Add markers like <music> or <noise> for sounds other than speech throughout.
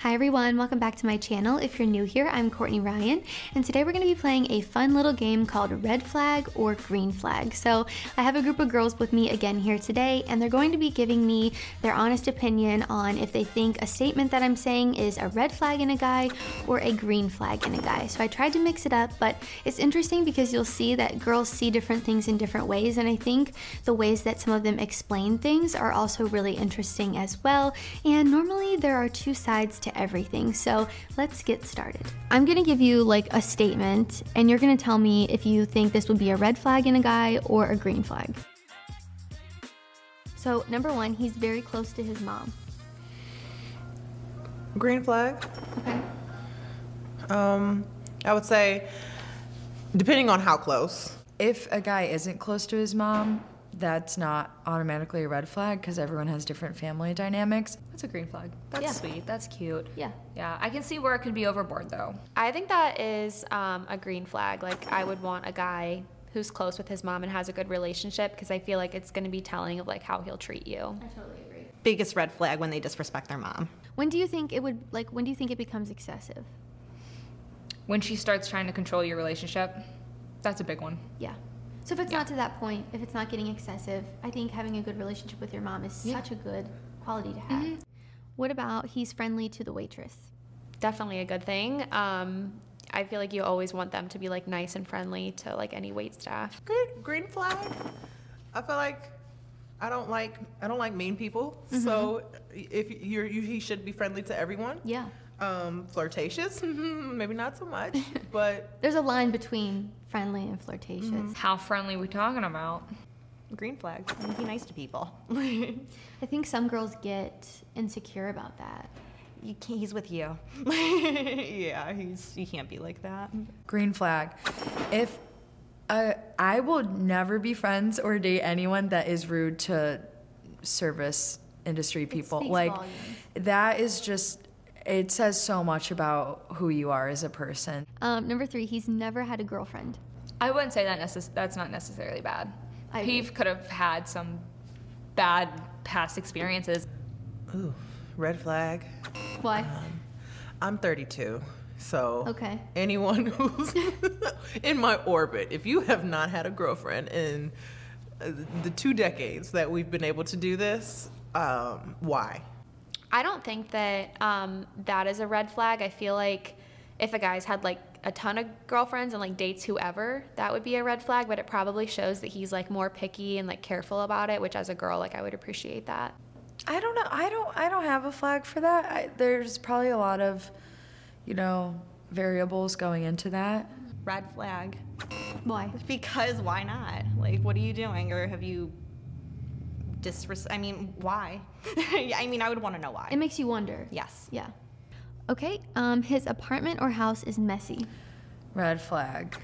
Hi everyone, welcome back to my channel. If you're new here, I'm Courtney Ryan, and today we're going to be playing a fun little game called Red Flag or Green Flag. So, I have a group of girls with me again here today, and they're going to be giving me their honest opinion on if they think a statement that I'm saying is a red flag in a guy or a green flag in a guy. So, I tried to mix it up, but it's interesting because you'll see that girls see different things in different ways, and I think the ways that some of them explain things are also really interesting as well. And normally there are two sides to everything. So let's get started. I'm gonna give you like a statement, and you're gonna tell me if you think this would be a red flag in a guy or a green flag. So, number one, he's very close to his mom. Green flag. Okay. Um, I would say, depending on how close. If a guy isn't close to his mom, that's not automatically a red flag because everyone has different family dynamics. That's a green flag. That's Yeah. sweet. That's cute. Yeah. Yeah, I can see where it could be overboard though. I think that is um, a green flag. Like, I would want a guy who's close with his mom and has a good relationship because I feel like it's going to be telling of like how he'll treat you. biggest red flag when they disrespect their mom. When do you think it would like? When do you think it becomes excessive? When she starts trying to control your relationship, that's a big one. Yeah. So if it's not to that point, if it's not getting excessive, I think having a good relationship with your mom is such a good quality to have. Mm-hmm. What about he's friendly to the waitress? Definitely a good thing. Um, I feel like you always want them to be like nice and friendly to like any wait staff. Green, green flag. I feel like I don't like I don't like mean people. So if you're you, he should be friendly to everyone. Yeah. Um, flirtatious, <laughs> mhm, maybe not so much, but There's a line between friendly and flirtatious. How friendly we talking about? Green flag. Be nice to people. <laughs> I think some girls get insecure about that. You can't, he's with you. <laughs> yeah, he's you can't be like that. Green flag. If uh, I will never be friends or date anyone that is rude to service industry people. speaks like volumes. that is just it says so much about who you are as a person. Um, number three, he's never had a girlfriend. I wouldn't say that necess- that's not necessarily bad. I agree. he could have had some bad past experiences. red flag. Why? I'm 32, so Okay. Anyone <laughs> who's in my orbit, if you have not had a girlfriend in uh, the two decades that we've been able to do this, um, why? I don't think that um, that is a red flag. I feel like if a guy's had like a ton of girlfriends and like dates whoever, that would be a red flag. But it probably shows that he's like more picky and like careful about it, which as a girl, like I would appreciate that. I don't know. I don't. I don't have a flag for that. I, there's probably a lot of, you know, variables going into that. Red flag. Why? Because why not? Like, what are you doing? Or have you disres? I mean, why? <laughs> Yeah, I mean, I would want to know why. It makes you wonder. yes. Yeah. Okay. Um, his apartment or house is messy. Red flag.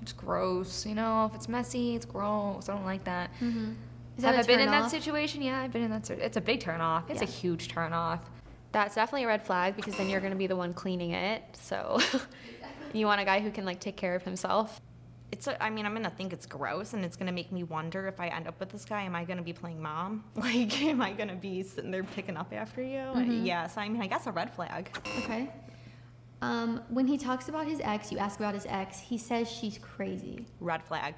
It's gross, you know. If it's messy, it's gross. I don't like that. Mm-hmm. Is Have a I been in turn that off? situation? Yeah, I've been in that. Situ- it's a big turn off. It's a Yeah. huge turn off. That's definitely a red flag because then you're going to be the one cleaning it. So <laughs> you want a guy who can like take care of himself. It's. A, I mean, I'm gonna think it's gross, and it's gonna make me wonder if I end up with this guy. Am I gonna be playing mom? <laughs> Like, am I gonna be sitting there picking up after you? Yeah. So I mean, I guess a red flag. Okay. Um, when he talks about his ex, you ask about his ex. He says she's crazy. red flag.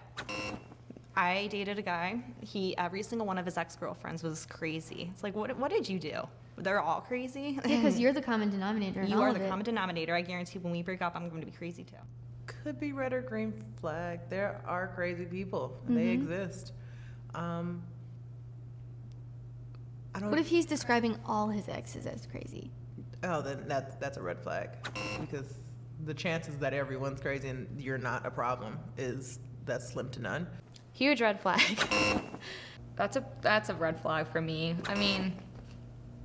I dated a guy. He every single one of his ex girlfriends was crazy. It's like, what, what did you do? They're all crazy. <laughs> Yeah, because you're the common denominator. In you all are of the it. common denominator. I guarantee when we break up, I'm going to be crazy too. Could be red or green flag. There are crazy people. Mm-hmm. They exist. Um, I don't. What if he's describing all his exes as crazy? oh, then that's that's a red flag because the chances that everyone's crazy and you're not a problem is that's slim to none. Huge red flag. That's a that's a red flag for me. I mean,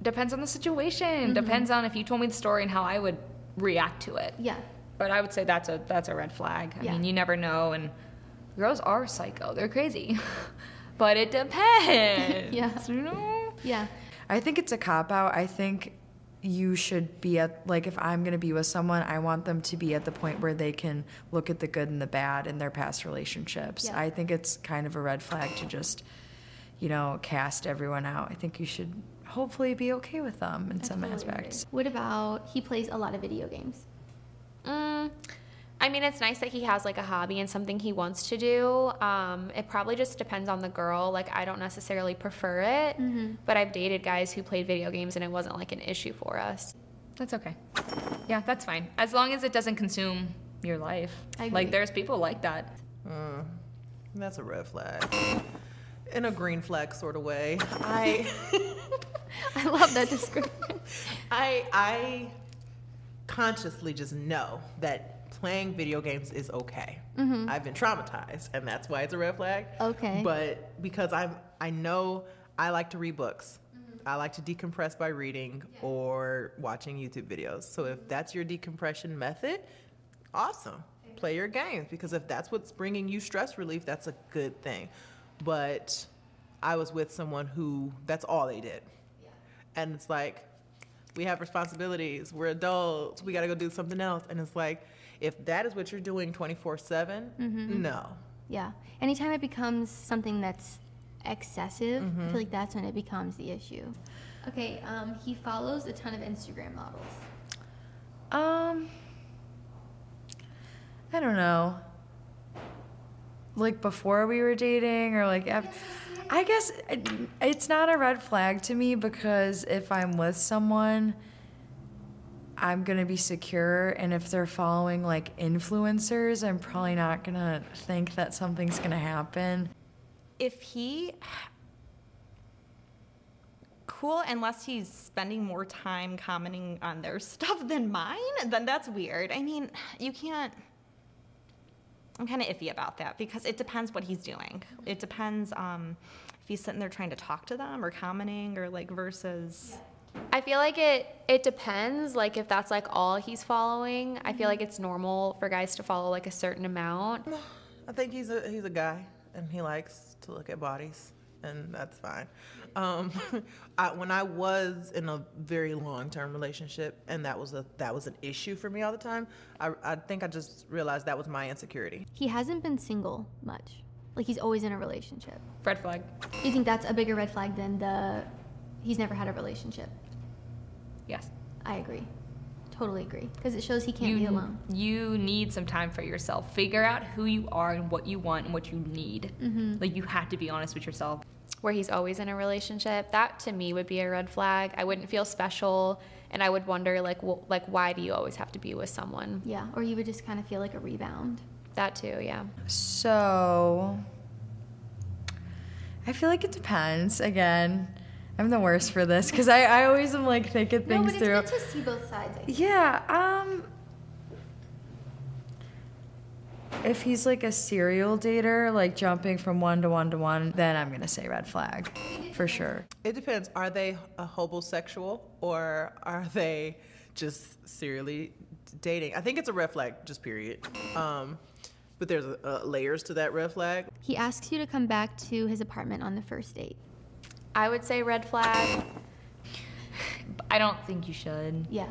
depends on the situation. Mm-hmm. Depends on if you told me the story and how I would react to it. <laughs> Yeah. But I would say that's a that's a red flag. I Yeah. mean, you never know, and girls are psycho. They're crazy, <laughs> but it depends. <laughs> Yeah. You know? Yeah. I think it's a cop out. I think you should be at like if I'm gonna be with someone, I want them to be at the point where they can look at the good and the bad in their past relationships. Yeah. I think it's kind of a red flag to just, you know, cast everyone out. I think you should hopefully be okay with them in some aspects. What about he plays a lot of video games? <laughs> Mm, I mean, it's nice that he has like a hobby and something he wants to do. Um, it probably just depends on the girl. Like, I don't necessarily prefer it, but I've dated guys who played video games and it wasn't like an issue for us. That's okay. Yeah, that's fine. As long as it doesn't consume your life. I agree. Like there's people like that. That's a red flag. In a green flag sort of way. I I love that description. I I consciously just know that playing video games is okay. I've been traumatized, and that's why it's a red flag. Okay. But because I'm, I know I like to read books. I like to decompress by reading or watching YouTube videos. So if that's your decompression method, awesome. Play your games because if that's what's bringing you stress relief, that's a good thing. But I was with someone who that's all they did. And it's like, we have responsibilities. We're adults. We got to go do something else. And it's like, if that is what you're doing 24 7, no. <laughs> yeah. Anytime it becomes something that's excessive, Mm-hmm. I feel like that's when it becomes the issue. Okay. Um, he follows a ton of Instagram models. Um, I don't know. Like before we were dating, or like after. I guess it- it's not a red flag to me because if I'm with someone, I'm gonna be secure, and if they're following like influencers, I'm probably not gonna think that something's gonna happen. if he cool unless he's spending more time commenting on their <laughs> stuff than mine then that's weird i mean you can't i'm kind of iffy about that because it depends what he's doing it depends um, if he's sitting there trying to talk to them or commenting or like versus I feel like it it depends. Like if that's like all he's following, I feel like it's normal for guys to follow like a certain amount. I think he's a, he's a guy and he likes to look at bodies, and that's fine. Um, <laughs> I, when I was in a very long term relationship, and that was, a, that was an issue for me all the time, I, I think I just realized that was my insecurity. He hasn't been single much. Like he's always in a relationship. Red flag. You think that's a bigger red flag than the he's never had a relationship? Yes. I agree. Totally agree. Because it shows he can't be alone. you need some time for yourself. Figure out who you are and what you want and what you need. Mm-hmm. Like you have to be honest with yourself. where he's always in a relationship that to me would be a red flag i wouldn't feel special and i would wonder like wh- like why do you always have to be with someone Yeah. Or you would just kind of feel like a rebound. that too yeah So I feel like it depends. Again, I'm the worst for this because I, I always am like thinking No, but things it's through. good to see both sides. I think. Yeah. Um. If he's like a serial dater, like jumping from one to one to one, then I'm gonna say red flag, for sure. It depends. Are they a hobosexual or are they just serially dating? I think it's a red flag, just period. Um, but there's uh, layers to that red flag. He asks you to come back to his apartment on the first date. i would say red flag I don't think you should. Yeah.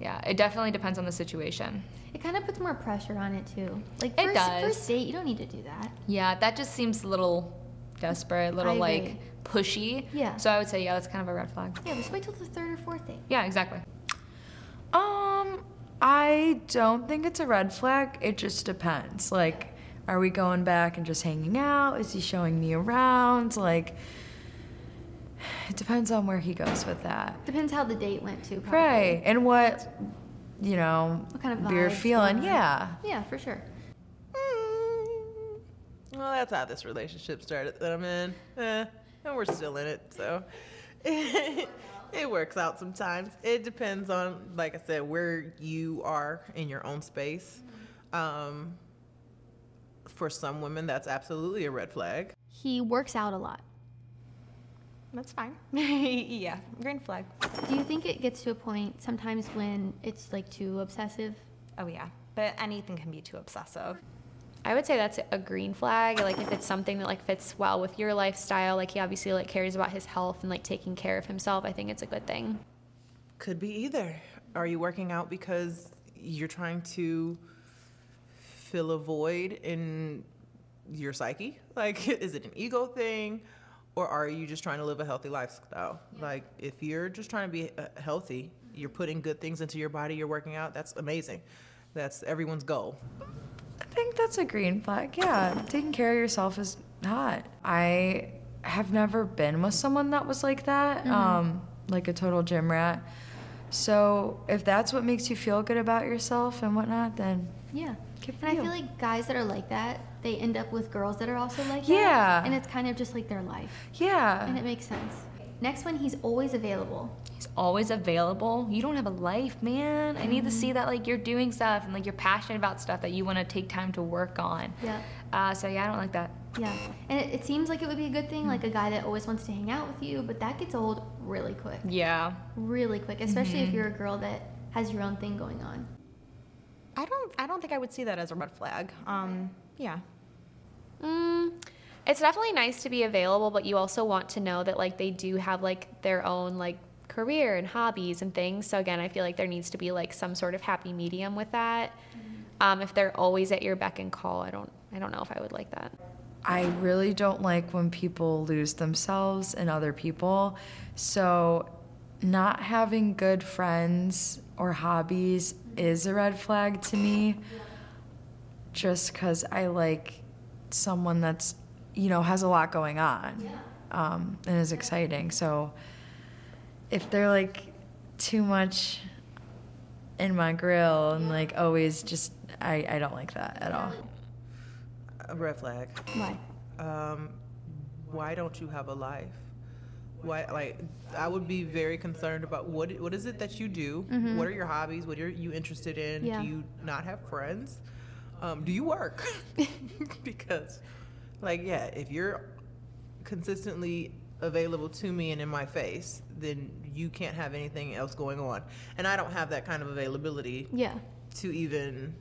Yeah, it definitely depends on the situation. It kind of puts more pressure on it too. Like It first, does. first date, you don't need to do that. Yeah, that just seems a little desperate, a I little agree. like pushy. Yeah. So I would say yeah, that's kind of a red flag. Yeah, just wait till the third or fourth date. Yeah, exactly. Um, I don't think it's a red flag. It just depends. Like, are we going back and just hanging out? Is he showing me around? Like, it depends on where he goes with that. Depends how the date went too. Probably. Right. And what, you know, What kind of you're vibes feeling. going on. Yeah. Yeah, for sure. Mm, well, that's how this relationship started that I'm in. Eh, and we're still in it, so. <laughs> It works out sometimes. It depends on, like I said, where you are in your own space. Um, for some women, that's absolutely a red flag. He works out a lot. That's fine. <laughs> yeah, green flag. Do you think it gets to a point sometimes when it's like too obsessive? Oh, yeah. But anything can be too obsessive. I would say that's a green flag. Like if it's something that like fits well with your lifestyle, like he obviously like cares about his health and like taking care of himself. I think it's a good thing. Could be either. Are you working out because you're trying to fill a void in your psyche? Like, <laughs> is it an ego thing? Or are you just trying to live a healthy lifestyle? Like, if you're just trying to be uh, healthy, you're putting good things into your body, you're working out, that's amazing. That's everyone's goal. I think that's a green flag. Yeah, taking care of yourself is hot. I have never been with someone that was like that, um, like a total gym rat. So if that's what makes you feel good about yourself and whatnot, then Yeah. Good for and I you. feel like guys that are like that, they end up with girls that are also like Yeah. that. And it's kind of just like their life. And yeah. it makes sense. Next one, he's always available. He's always available. You don't have a life, man. I need to Mm-hmm. see that like you're doing stuff and like you're passionate about stuff that you want to take time to work on. Yeah. Uh, so yeah, I don't like that. Yeah. And it, it seems like it would be a good thing, like a guy that always wants to hang out with you, but that gets old really quick. Yeah. Really quick. Especially if you're a girl that has your own thing going on. I don't. I don't think I would see that as a red flag. Um. Yeah. Mm, it's definitely nice to be available, but you also want to know that like they do have like their own like career and hobbies and things. So again, I feel like there needs to be like some sort of happy medium with that. Um, if they're always at your beck and call, I don't I don't know if I would like that. I really don't like when people lose themselves and other people. So not having good friends or hobbies is a red flag to me. Just cuz I like someone that's, you know, has a lot going on. Um, and is exciting. So if they're like too much in my grill and like always just I, I don't like that at all. A red flag. Why? um, why don't you have a life? Why, like, I would be very concerned about what what is it that you do? What are your hobbies? What are you interested in? Mm-hmm. Yeah. Do you not have friends? Um, do <laughs> you work? <laughs> because, like, yeah, if you're consistently available to me and in my face, then you can't have anything else going on. And I don't have that kind of availability Yeah, to even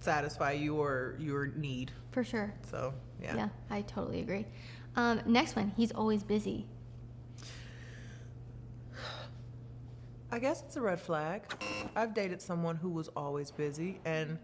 satisfy your your need. for sure. So, Yeah, I totally agree. Um, next one, he's always busy. I guess it's a red flag. I've dated someone who was always busy and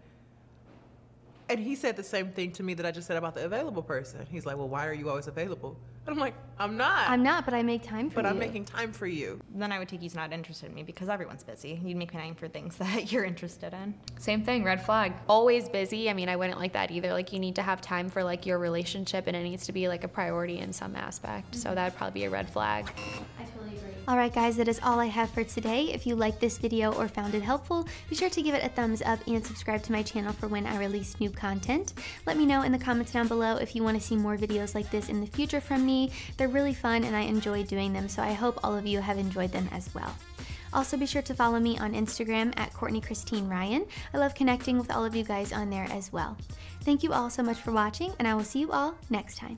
and he said the same thing to me that I just said about the available person. He's like, "Well, why are you always available?" And I'm like, "I'm not, I'm not, but I make time for but you. I'm making time for you." Then I would take he's not interested in me because everyone's busy. You'd make an aim for things <laughs> that you're interested in. Same thing. Red flag. Always busy. I mean, I wouldn't like that either. Like you need to have time for like your relationship and it needs to be like a priority in some aspect. So that'd probably be a red flag. All right, guys, that is all I have for today. If you liked this video or found it helpful, be sure to give it a thumbs up and subscribe to my channel for when I release new content. Let me know in the comments down below if you want to see more videos like this in the future from me. They're really fun and I enjoy doing them, so I hope all of you have enjoyed them as well. Also, be sure to follow me on Instagram at Courtney Christine Ryan. I love connecting with all of you guys on there as well. Thank you all so much for watching, and I will see you all next time.